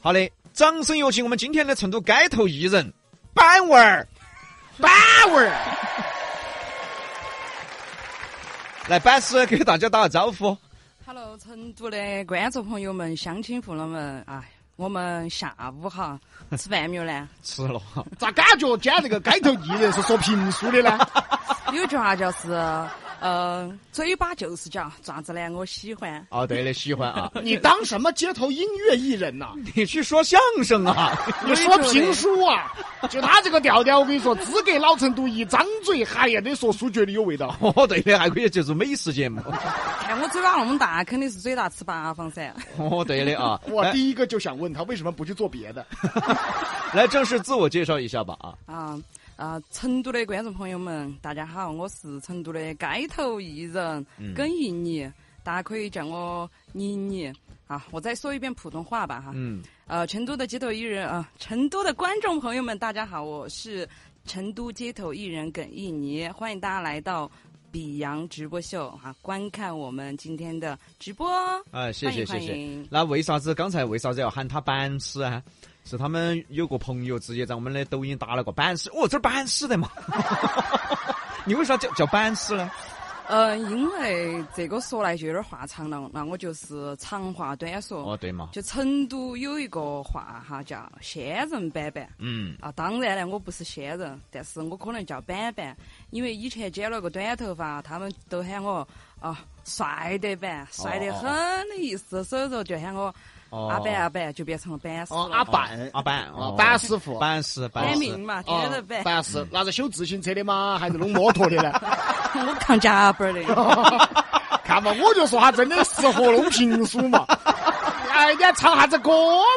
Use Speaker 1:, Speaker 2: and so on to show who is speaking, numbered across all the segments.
Speaker 1: 好嘞，掌声有请我们今天的成都街头艺人板娃儿，
Speaker 2: 板娃儿，
Speaker 1: 来，板师给大家打个招呼。
Speaker 3: Hello，成都的观众朋友们、乡亲父老们，哎，我们下午哈吃饭没有呢？
Speaker 1: 吃了，
Speaker 2: 咋感觉今天这个街头艺人是说评书 的呢？
Speaker 3: 有句话叫是，呃，嘴巴就是讲，爪子呢？我喜欢。
Speaker 1: 哦，对的，喜欢啊。
Speaker 2: 你当什么街头音乐艺人呐、
Speaker 1: 你去说相声啊？
Speaker 2: 你说评书啊？就他这个调调，我跟你说，资格老成都一张嘴，还呀，得说书觉得有味道。
Speaker 1: 哦，对的，还可以接触美食 节目。
Speaker 3: 哎看我嘴巴那么大，肯定是嘴大吃八方噻。
Speaker 1: 哦，对的啊。
Speaker 2: 我
Speaker 1: 来，
Speaker 2: 第一个就想问他为什么不去做别的？
Speaker 1: 来正式自我介绍一下吧啊。
Speaker 3: 啊啊！成都的观众朋友们，大家好，我是成都的街头艺人耿莹妮，大家可以叫我莹妮。啊，我再说一遍普通话吧哈。
Speaker 1: 嗯，
Speaker 3: 呃，成都的街头艺人啊、成都的观众朋友们，大家好，我是成都街头艺人耿一妮，欢迎大家来到比洋直播秀啊，观看我们今天的直播哦。
Speaker 1: 啊，谢谢谢
Speaker 3: 欢迎欢
Speaker 1: 谢
Speaker 3: 迎。
Speaker 1: 那为啥子刚才为啥子要喊他板师啊？是他们有个朋友直接在我们的抖音打了个板师，哦，这儿板师的 嘛。你为啥叫叫板师呢？
Speaker 3: 呃，因为这个说来就有点话长了，那我就是长话短说。
Speaker 1: 哦，对嘛，
Speaker 3: 就成都有一个话哈，叫仙人板板。
Speaker 1: 嗯，
Speaker 3: 啊，当然了，我不是仙人，但是我可能叫板板，因为以前剪了个短头发，他们都喊我啊帅得板，帅得很的意思，所以说就喊我
Speaker 1: 哦，
Speaker 3: 阿板阿板，就变成了板师
Speaker 2: 哦，
Speaker 3: 了。
Speaker 2: 阿板，
Speaker 1: 阿板
Speaker 2: 啊
Speaker 1: 哦，嗯
Speaker 2: 板师傅，
Speaker 1: 板师板
Speaker 3: 板
Speaker 1: 师
Speaker 3: 命嘛，
Speaker 2: 哦
Speaker 3: 天天板，
Speaker 2: 板师，那是修自行车的吗？还是弄摩托的 呢？
Speaker 3: 我扛夹板儿
Speaker 2: 哦
Speaker 3: 的。
Speaker 2: 看嘛，我就说他真的适合弄评书嘛。哎，你还唱啥子歌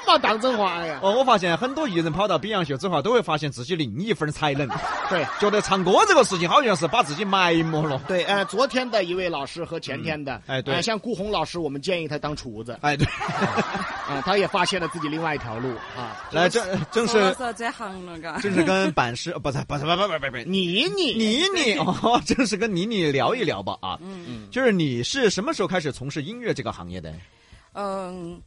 Speaker 2: 嘛？当真话哎呀？
Speaker 1: 哦，我发现很多艺人跑到比洋秀之后，都会发现自己另一份才能，
Speaker 2: 对。
Speaker 1: 觉得唱歌这个事情好像是把自己埋没了。
Speaker 2: 对，呃，昨天的一位老师和前天的，
Speaker 1: 嗯哎对
Speaker 2: 呃像顾红老师，我们建议他当厨子，啊、呃
Speaker 1: 哎，对，
Speaker 2: 他也发现了自己另外一条路啊。
Speaker 1: 来正正
Speaker 3: 说
Speaker 1: 是
Speaker 3: 到这转行了，嘎。
Speaker 1: 正是跟板师，哦不是不是不不不不不，
Speaker 2: 你你
Speaker 1: 妮妮哦， 正是跟妮妮聊一聊吧啊，嗯，就是你是什么时候开始从事音乐这个行业的？
Speaker 3: 嗯，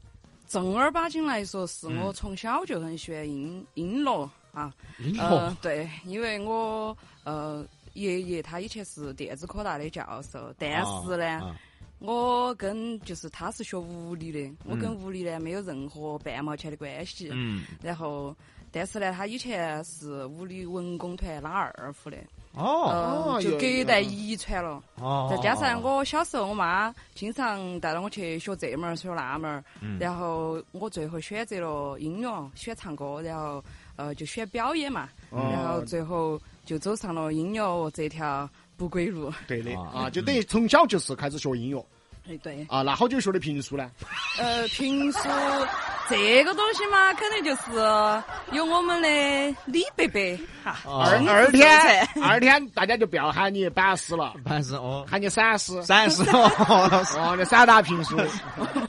Speaker 3: 正儿八经来说，是我从小就很喜欢音音乐啊。
Speaker 1: 音
Speaker 3: 呃，对，因为我呃爷爷他以前是电子科大的教授，但是呢，
Speaker 1: 啊
Speaker 3: 我跟就是他是学物理的，我跟物理呢没有任何半毛钱的关系。
Speaker 1: 嗯，
Speaker 3: 然后，但是呢，他以前是物理文工团拉二胡的，
Speaker 1: 哦
Speaker 3: 呃
Speaker 2: 哦
Speaker 3: 就
Speaker 2: 有
Speaker 3: 隔一代遗传了。
Speaker 1: 哦，
Speaker 3: 呃再加上
Speaker 1: 哦，
Speaker 3: 我小时候，我妈经常带着我去学这门儿，学那门儿，然后我最后选择了音乐，选唱歌，然后呃就选表演嘛，
Speaker 2: 哦
Speaker 3: 然后最后就走上了音乐这条不归路。
Speaker 2: 对的
Speaker 1: 啊
Speaker 2: 啊，就等于从小就是开始学音乐
Speaker 3: 哎，对，
Speaker 2: 啊。那好久学的评书呢？
Speaker 3: 呃，评书这个东西嘛，肯定就是有我们的李伯伯哈，
Speaker 1: 哦
Speaker 2: 二
Speaker 3: 嗯
Speaker 2: 二天
Speaker 3: 是
Speaker 2: 二天，大家就不要喊你板师了，
Speaker 1: 但是哦，
Speaker 2: 喊你散师。
Speaker 1: 三十哦，
Speaker 2: 哦，那散打评书，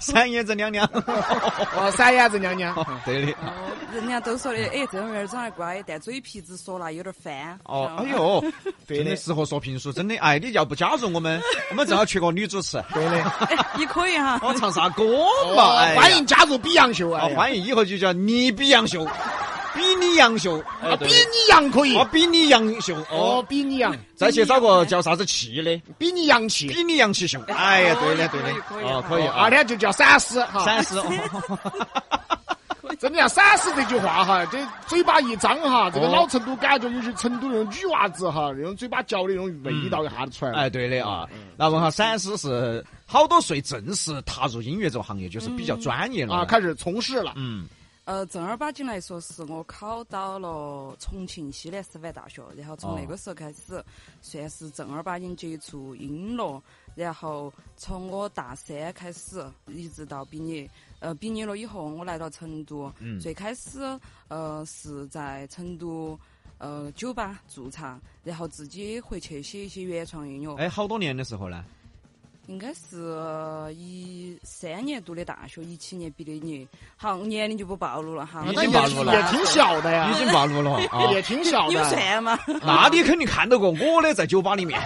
Speaker 1: 三爷子娘娘，
Speaker 2: 哦，散眼 子娘娘，
Speaker 1: 对的。
Speaker 3: 哦人家都说的，哎，这个娃儿长得乖，但嘴皮子说了有点翻。
Speaker 1: 哦，
Speaker 3: 嗯
Speaker 1: 哎， 呦，
Speaker 2: 对
Speaker 1: 真的
Speaker 2: 的
Speaker 1: 适合说评书，真的。哎，你要不加入我 们，我们正好缺个女主 持，
Speaker 2: 对的。
Speaker 3: 哎你可以哈。
Speaker 1: 我哦唱啥歌嘛？ 哎
Speaker 2: 哦
Speaker 1: 呀
Speaker 2: 欢迎加入比洋秀
Speaker 1: 啊
Speaker 2: 哎，呀
Speaker 1: 欢迎以后就叫你比杨秀，比你杨秀，
Speaker 2: 啊，
Speaker 1: 啊
Speaker 2: 比你洋可以
Speaker 1: 我。比你杨秀
Speaker 2: 哦，
Speaker 1: 哦，
Speaker 2: 比你洋，
Speaker 1: 再去找个叫啥子气的，
Speaker 2: 比你洋气。
Speaker 1: 比你杨气秀。哎呀，对的
Speaker 3: 可
Speaker 1: 对
Speaker 3: 以
Speaker 1: 的，
Speaker 3: 可以
Speaker 1: 哦
Speaker 3: 可
Speaker 1: 可以
Speaker 2: 哦二
Speaker 1: 啊，
Speaker 2: 天就叫散师哈。
Speaker 1: 三十哦，
Speaker 2: 真的要闪失这句话哈，这嘴巴一张哈，这个
Speaker 1: 哦
Speaker 2: 老成都感觉，尤其成都那种女娃子哈，那种嘴巴嚼的那种味道一下子出来了。
Speaker 1: 哎对的啊。那问下三十是好多岁正式踏入音乐这个行业，就是比较专业了
Speaker 2: 啊，开始从事了。
Speaker 1: 嗯，
Speaker 3: 呃，正儿八经来说，是我考到了重庆西南师范大学，然后从那个时候开始，算是正儿八经接触音乐。然后从我大三开始，一直到毕业，呃，毕业了以后，我来到成都。
Speaker 1: 嗯
Speaker 3: 最开始，呃，是在成都，呃，酒吧驻唱，然后自己会去写一些原创音乐。
Speaker 1: 哎哎，好多年的时候呢？
Speaker 3: 应该是呃一三年读的大学，一七年毕的业。好，年龄就不暴露了哈。
Speaker 1: 已
Speaker 2: 那
Speaker 1: 经
Speaker 2: 也
Speaker 1: 暴
Speaker 2: 挺
Speaker 1: 露了
Speaker 2: 也挺小的呀
Speaker 1: 已，经暴露 了啊！
Speaker 2: 也挺小
Speaker 3: 你们
Speaker 2: 的。
Speaker 3: 算吗？
Speaker 1: 那你肯定看到过我的在酒吧 里面。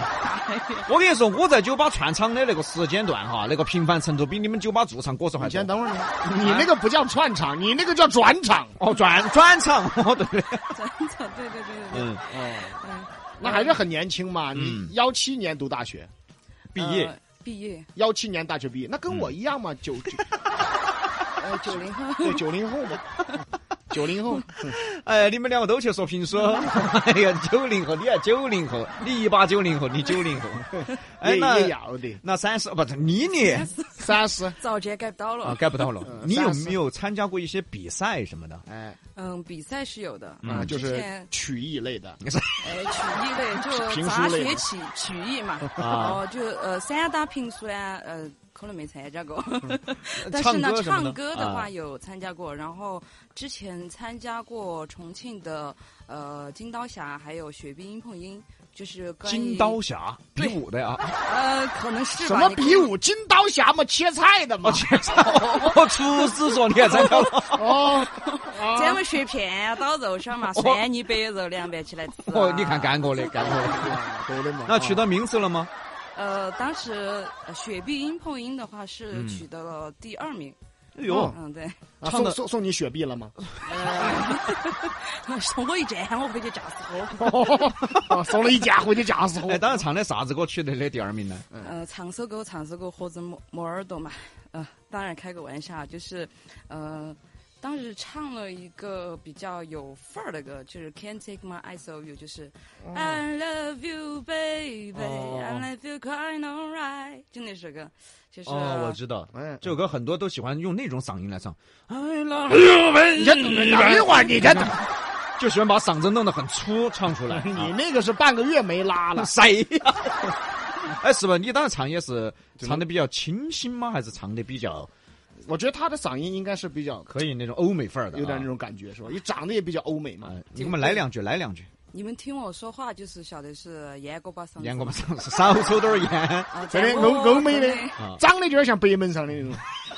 Speaker 1: 我跟你说，我在酒吧串场的那个时间段哈，那个频繁程度比你们酒吧驻唱歌手还
Speaker 2: 你
Speaker 1: 多
Speaker 2: 先。等会儿
Speaker 1: 嗯
Speaker 2: 你，你那个不叫串场，你那个叫转场。
Speaker 1: 哦，转转场，哦对，
Speaker 3: 真的， 对对对对对。
Speaker 1: 嗯，
Speaker 2: 哦，
Speaker 3: 嗯
Speaker 2: 那还是很年轻嘛。你
Speaker 1: 嗯
Speaker 2: 幺七年读大学，
Speaker 1: 毕业
Speaker 3: 呃毕业，
Speaker 2: 幺七年大学毕业，那跟我一
Speaker 1: 嗯
Speaker 2: 样嘛，九九
Speaker 3: 呃，九零后。
Speaker 2: 对九 零后嘛，九零后。嗯
Speaker 1: 哎，你们两个都去说评 书，哎呀，九零后，你还九零后，你一把九零后，你九 零后，哎，
Speaker 2: 也
Speaker 1: 那
Speaker 2: 也要的，
Speaker 1: 那三十哦不是你你
Speaker 2: 三十，
Speaker 3: 早间改不到
Speaker 1: 啊
Speaker 3: 了，，
Speaker 1: 改不到了
Speaker 2: 嗯。
Speaker 1: 你有
Speaker 2: 30
Speaker 1: 没有参加过一些比赛什么的？
Speaker 2: 哎，
Speaker 3: 嗯，比赛是有的，
Speaker 1: 嗯
Speaker 2: 啊，就
Speaker 3: 之
Speaker 2: 是
Speaker 3: 前
Speaker 2: 曲艺类的，
Speaker 3: 哎，曲艺类就
Speaker 2: 评
Speaker 3: 杂
Speaker 2: 书类
Speaker 3: 学
Speaker 2: 的
Speaker 3: 起曲艺嘛，
Speaker 1: 啊
Speaker 3: 然后就呃散打、评书呀，呃，可能没参 加过，但是
Speaker 1: 唱
Speaker 3: 呢
Speaker 1: 歌，什么
Speaker 3: 唱歌的话
Speaker 1: 啊
Speaker 3: 有参加过，然后之前参加过重庆的呃金刀侠，还有雪碧音碰音，就是关于
Speaker 1: 金刀侠比
Speaker 3: 对
Speaker 1: 武的呀，啊
Speaker 3: 呃，可能是吧
Speaker 2: 什么
Speaker 3: 你可以
Speaker 2: 比武，金刀侠嘛，切菜 的嘛，
Speaker 1: 我哦厨师说你还参加了，
Speaker 2: 哦，
Speaker 3: 咱
Speaker 2: 啊，
Speaker 3: 们学片到肉上 嘛，酸你白肉凉拌起来吃啊。
Speaker 1: 哦，你看干过的，干过的。
Speaker 2: 对的嘛。
Speaker 1: 那取得名次了吗？
Speaker 3: 呃，当时呃雪碧音碰音的话是
Speaker 1: 嗯
Speaker 3: 取得了第二名。
Speaker 1: 哎
Speaker 2: 哦
Speaker 1: 呦，
Speaker 3: 嗯，对，
Speaker 1: 唱
Speaker 2: 啊送
Speaker 1: 的
Speaker 2: 送送你雪碧 了吗？
Speaker 3: 送我一件，我回去炸死我。
Speaker 2: 哦，送了一件回去夹死我
Speaker 1: 哎，。当时唱的啥子歌取得的第二名呢？
Speaker 3: 呃，唱首歌，唱首歌，活着摩摩尔多嘛。呃，当然开个玩笑，啊就是，呃，当时唱了一个比较有范儿的歌，就是 Can't Take My Eyes Off You，就是、I Love You Baby，I、
Speaker 1: 哦
Speaker 3: Love You Crying Alright，就那首歌，就是、啊
Speaker 1: 哦，我知道，
Speaker 2: 哎，
Speaker 1: 这首歌很多都喜欢用那种嗓音来唱，
Speaker 3: I love
Speaker 2: 你先等一
Speaker 1: 嗯
Speaker 2: 会儿，你先等。
Speaker 1: 就喜欢把嗓子弄得很粗唱出来。
Speaker 2: 你
Speaker 1: 啊，
Speaker 2: 那个是半个月没拉了
Speaker 1: 谁呀？ 哎，是吧？你当时唱也是唱的比较清新吗？还是唱的比较
Speaker 2: 我觉得他的嗓音应该是比较
Speaker 1: 可以那种欧美范儿的？
Speaker 2: 有点那
Speaker 1: 种。
Speaker 2: 种感觉，是吧？你长得也比较欧美嘛。
Speaker 1: 哎，你给我们来两句，来两句，
Speaker 3: 你们听我说话就是晓得是严哥把嗓子。
Speaker 1: 演我们唱，少抽点儿盐。
Speaker 3: 啊，
Speaker 2: 这里
Speaker 3: 在
Speaker 2: 欧
Speaker 3: 我
Speaker 2: 欧美的
Speaker 3: 国内，
Speaker 1: 啊
Speaker 2: 长得就有点像北门上的那种。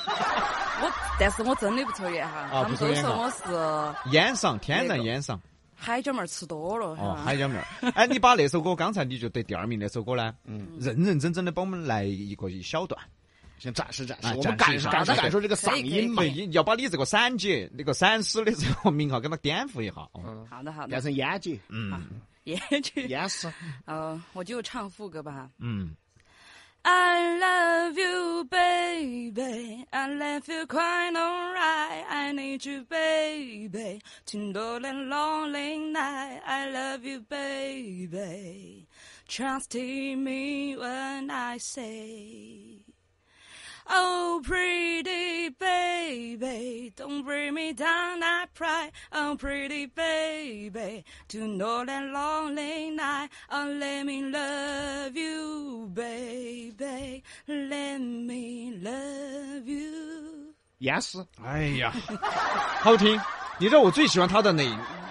Speaker 1: 哎
Speaker 3: 我但是我真的不抽烟哈，
Speaker 1: 啊
Speaker 3: 他们
Speaker 1: 不抽
Speaker 3: 都
Speaker 1: 烟
Speaker 3: 说
Speaker 1: 哈
Speaker 3: 我是
Speaker 1: 烟上，天然烟上。
Speaker 3: 海椒妹儿吃多了，
Speaker 1: 哦，
Speaker 3: 是吧
Speaker 1: 海椒面儿。哎，你把那首歌，刚才你就得第二名那首歌呢，嗯，认认真真的帮我们来一个一小段。
Speaker 2: 先展示展示
Speaker 1: 哎，
Speaker 2: 我们
Speaker 1: 展示
Speaker 2: 感
Speaker 1: 一下
Speaker 2: 感受
Speaker 1: 对
Speaker 2: 感受这个
Speaker 3: 可
Speaker 2: 嗓
Speaker 3: 以可以
Speaker 2: 音嘛
Speaker 1: 对，，你要把你这个闪姐、那个闪师的这个名号给它颠覆一下。哦
Speaker 2: 嗯，
Speaker 3: 好的好
Speaker 2: 变
Speaker 3: 的，
Speaker 2: 成烟姐，
Speaker 1: 嗯
Speaker 3: 也去，
Speaker 2: 烟丝，
Speaker 3: 呃，我就唱副歌吧哈。
Speaker 1: 嗯，
Speaker 3: I love you, baby. I love you crying alright. I need you, baby. Tonight and lonely night. I love you, baby. Trust in me when I say. Oh, pretty baby, don't bring me down, I pray. Oh, pretty baby, to know that lonely night. Oh, let me love you, baby. Let me love you.
Speaker 2: 烟
Speaker 3: 嗯
Speaker 2: 丝，
Speaker 1: 哎呀，好听。你知道我最喜欢他的哪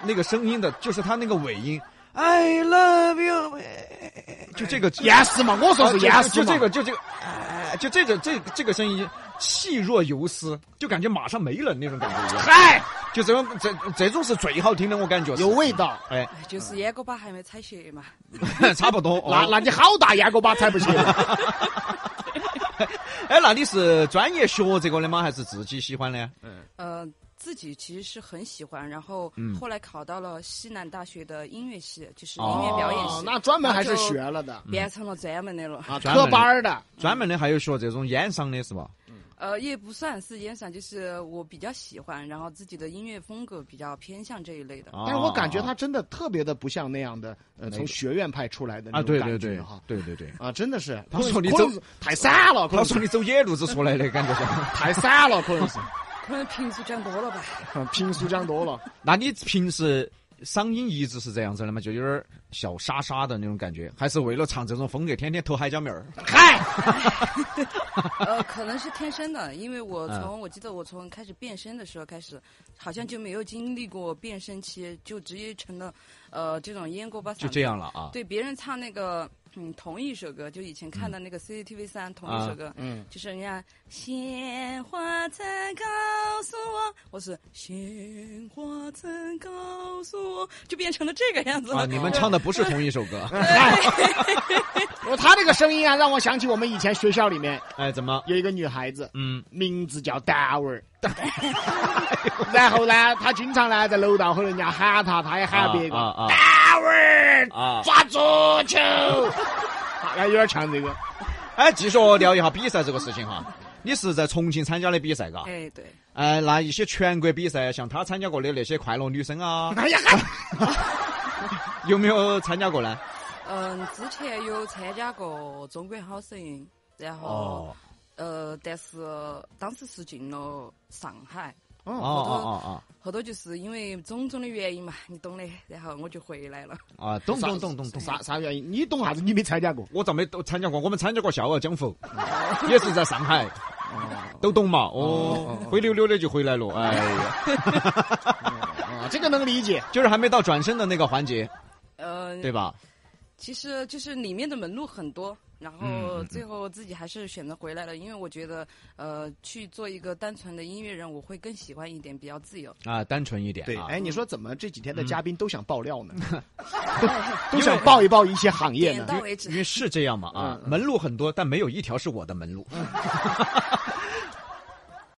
Speaker 1: 那个声音的，就是他那个尾音，I love you，哎就这个
Speaker 2: 烟丝嘛，我说是烟
Speaker 1: 啊
Speaker 2: 丝
Speaker 1: 就就这。
Speaker 2: 嘛
Speaker 1: 个，就这个，哎，就这个，这这个声音气若游丝，就感觉马上没了那种感觉一样。
Speaker 2: 嗨，
Speaker 1: 就这种这这种是最好听的，我感觉是
Speaker 2: 哎有味道。
Speaker 1: 哎，
Speaker 3: 就是烟锅巴还没踩鞋嘛，
Speaker 1: 差不多。
Speaker 2: 那
Speaker 1: 哦、
Speaker 2: 那你好大烟锅巴踩 不起，
Speaker 1: 哎，那你是专业学这个的吗？还是自己喜欢的？
Speaker 2: 嗯
Speaker 3: 呃，自己其实是很喜欢，然后
Speaker 2: 嗯
Speaker 3: 后来考到了西南大学的音乐系，就是音乐表演系，
Speaker 2: 哦那嗯专门还是学了的
Speaker 3: 变成了专门的了。
Speaker 2: 啊，
Speaker 1: 专门
Speaker 2: 科班儿的。
Speaker 1: 专门的还有学这种烟商的是吧？
Speaker 3: 呃，也不算是烟嗓，就是我比较喜欢，然后自己的音乐风格比较偏向这一类的。
Speaker 1: 但
Speaker 2: 但是我感觉
Speaker 1: 啊
Speaker 2: 他真的特别的不像那样的，呃，从学院派出来
Speaker 1: 啊，
Speaker 2: 的那种
Speaker 1: 对
Speaker 2: 感
Speaker 1: 对
Speaker 2: 觉
Speaker 1: 对
Speaker 2: 哈，。
Speaker 1: 对对对。
Speaker 2: 啊，真的是，
Speaker 1: 他说你
Speaker 2: 可能是
Speaker 1: 走
Speaker 2: 太散了，
Speaker 1: 他
Speaker 2: 可能是
Speaker 1: 说你走野路子出来 的感觉是。
Speaker 2: 太散了， 嗯可能是
Speaker 3: 可能评书讲多了吧，
Speaker 2: 评书 讲多了。
Speaker 1: 那你平时嗓音一直是这样子的吗？就有点小沙沙的那种感觉，还是为了唱这种风格，天天投海椒 面儿？
Speaker 2: 嗨，
Speaker 3: 呃，可能是天生的，因为我
Speaker 1: 嗯
Speaker 3: 从、我记得我从开始变声的时候开始，好像就没有经历过变声期，就直接成了呃这种烟锅巴嗓。
Speaker 1: 就这。样了啊？
Speaker 3: 对别人唱那个嗯同一首歌，就以前看的
Speaker 1: 嗯
Speaker 3: 那个 CCTV 三同
Speaker 1: 啊
Speaker 3: 一首歌，
Speaker 2: 嗯，
Speaker 3: 就是人家鲜花曾告诉我，我是鲜花曾告诉我，就变成了这个样子了。
Speaker 1: 啊，你们唱的不是同一首歌，
Speaker 2: 我他那个声音啊，让我想起我们以前学校里面
Speaker 1: 哎，怎么？
Speaker 2: 有一个女孩子，
Speaker 1: 嗯，
Speaker 2: 名字叫 丹儿， 然后呢，她经常呢在楼道和人家喊她，她也喊别个
Speaker 1: 啊啊啊
Speaker 2: 丹儿
Speaker 1: 啊
Speaker 2: 抓足球，好啊像有点像这个。
Speaker 1: 哎，继续聊一下比赛这个事情哈。你是在重庆参加的比赛，嘎？
Speaker 3: 哎，对，
Speaker 1: 哎，那一些全国比赛，像他参加过的那些快乐女声 啊，
Speaker 2: 哎呀，
Speaker 1: 有没有参加过呢？
Speaker 3: 嗯，之前有参加过《中国好声音》，然后、
Speaker 1: 哦
Speaker 3: 呃，但是当时是进了上海，
Speaker 1: 哦哦
Speaker 3: 后头就是因为种种的原因嘛，你懂的，然后我就回来了。
Speaker 1: 哦啊，懂懂懂懂懂。
Speaker 2: 啥啥原因？你懂啥子？你没参加过？
Speaker 1: 我咋没都参加过？我们参加过《笑傲江 湖》，也是在上海，都懂嘛？哦，灰溜溜的就回来了，哎呀，
Speaker 2: 啊，这个能理解。
Speaker 1: 就是还没到转身的那个环节，
Speaker 3: 呃，
Speaker 1: 对吧？
Speaker 3: 其实就是里面的门路很多，然后最后自己还是选择回来了，因为我觉得，呃，去做一个单纯的音乐人，我会更喜欢一点，比较自由。
Speaker 1: 啊，单纯一点啊。
Speaker 2: 哎，你说怎么这几天的嘉宾都想爆料 呢？
Speaker 3: 哎
Speaker 2: 都想爆一爆一些行业
Speaker 3: 点
Speaker 2: 呢？
Speaker 3: 到为
Speaker 1: 因为
Speaker 3: 止。
Speaker 1: 嗯是这样嘛啊，门路很多，但没有一条是我的门路。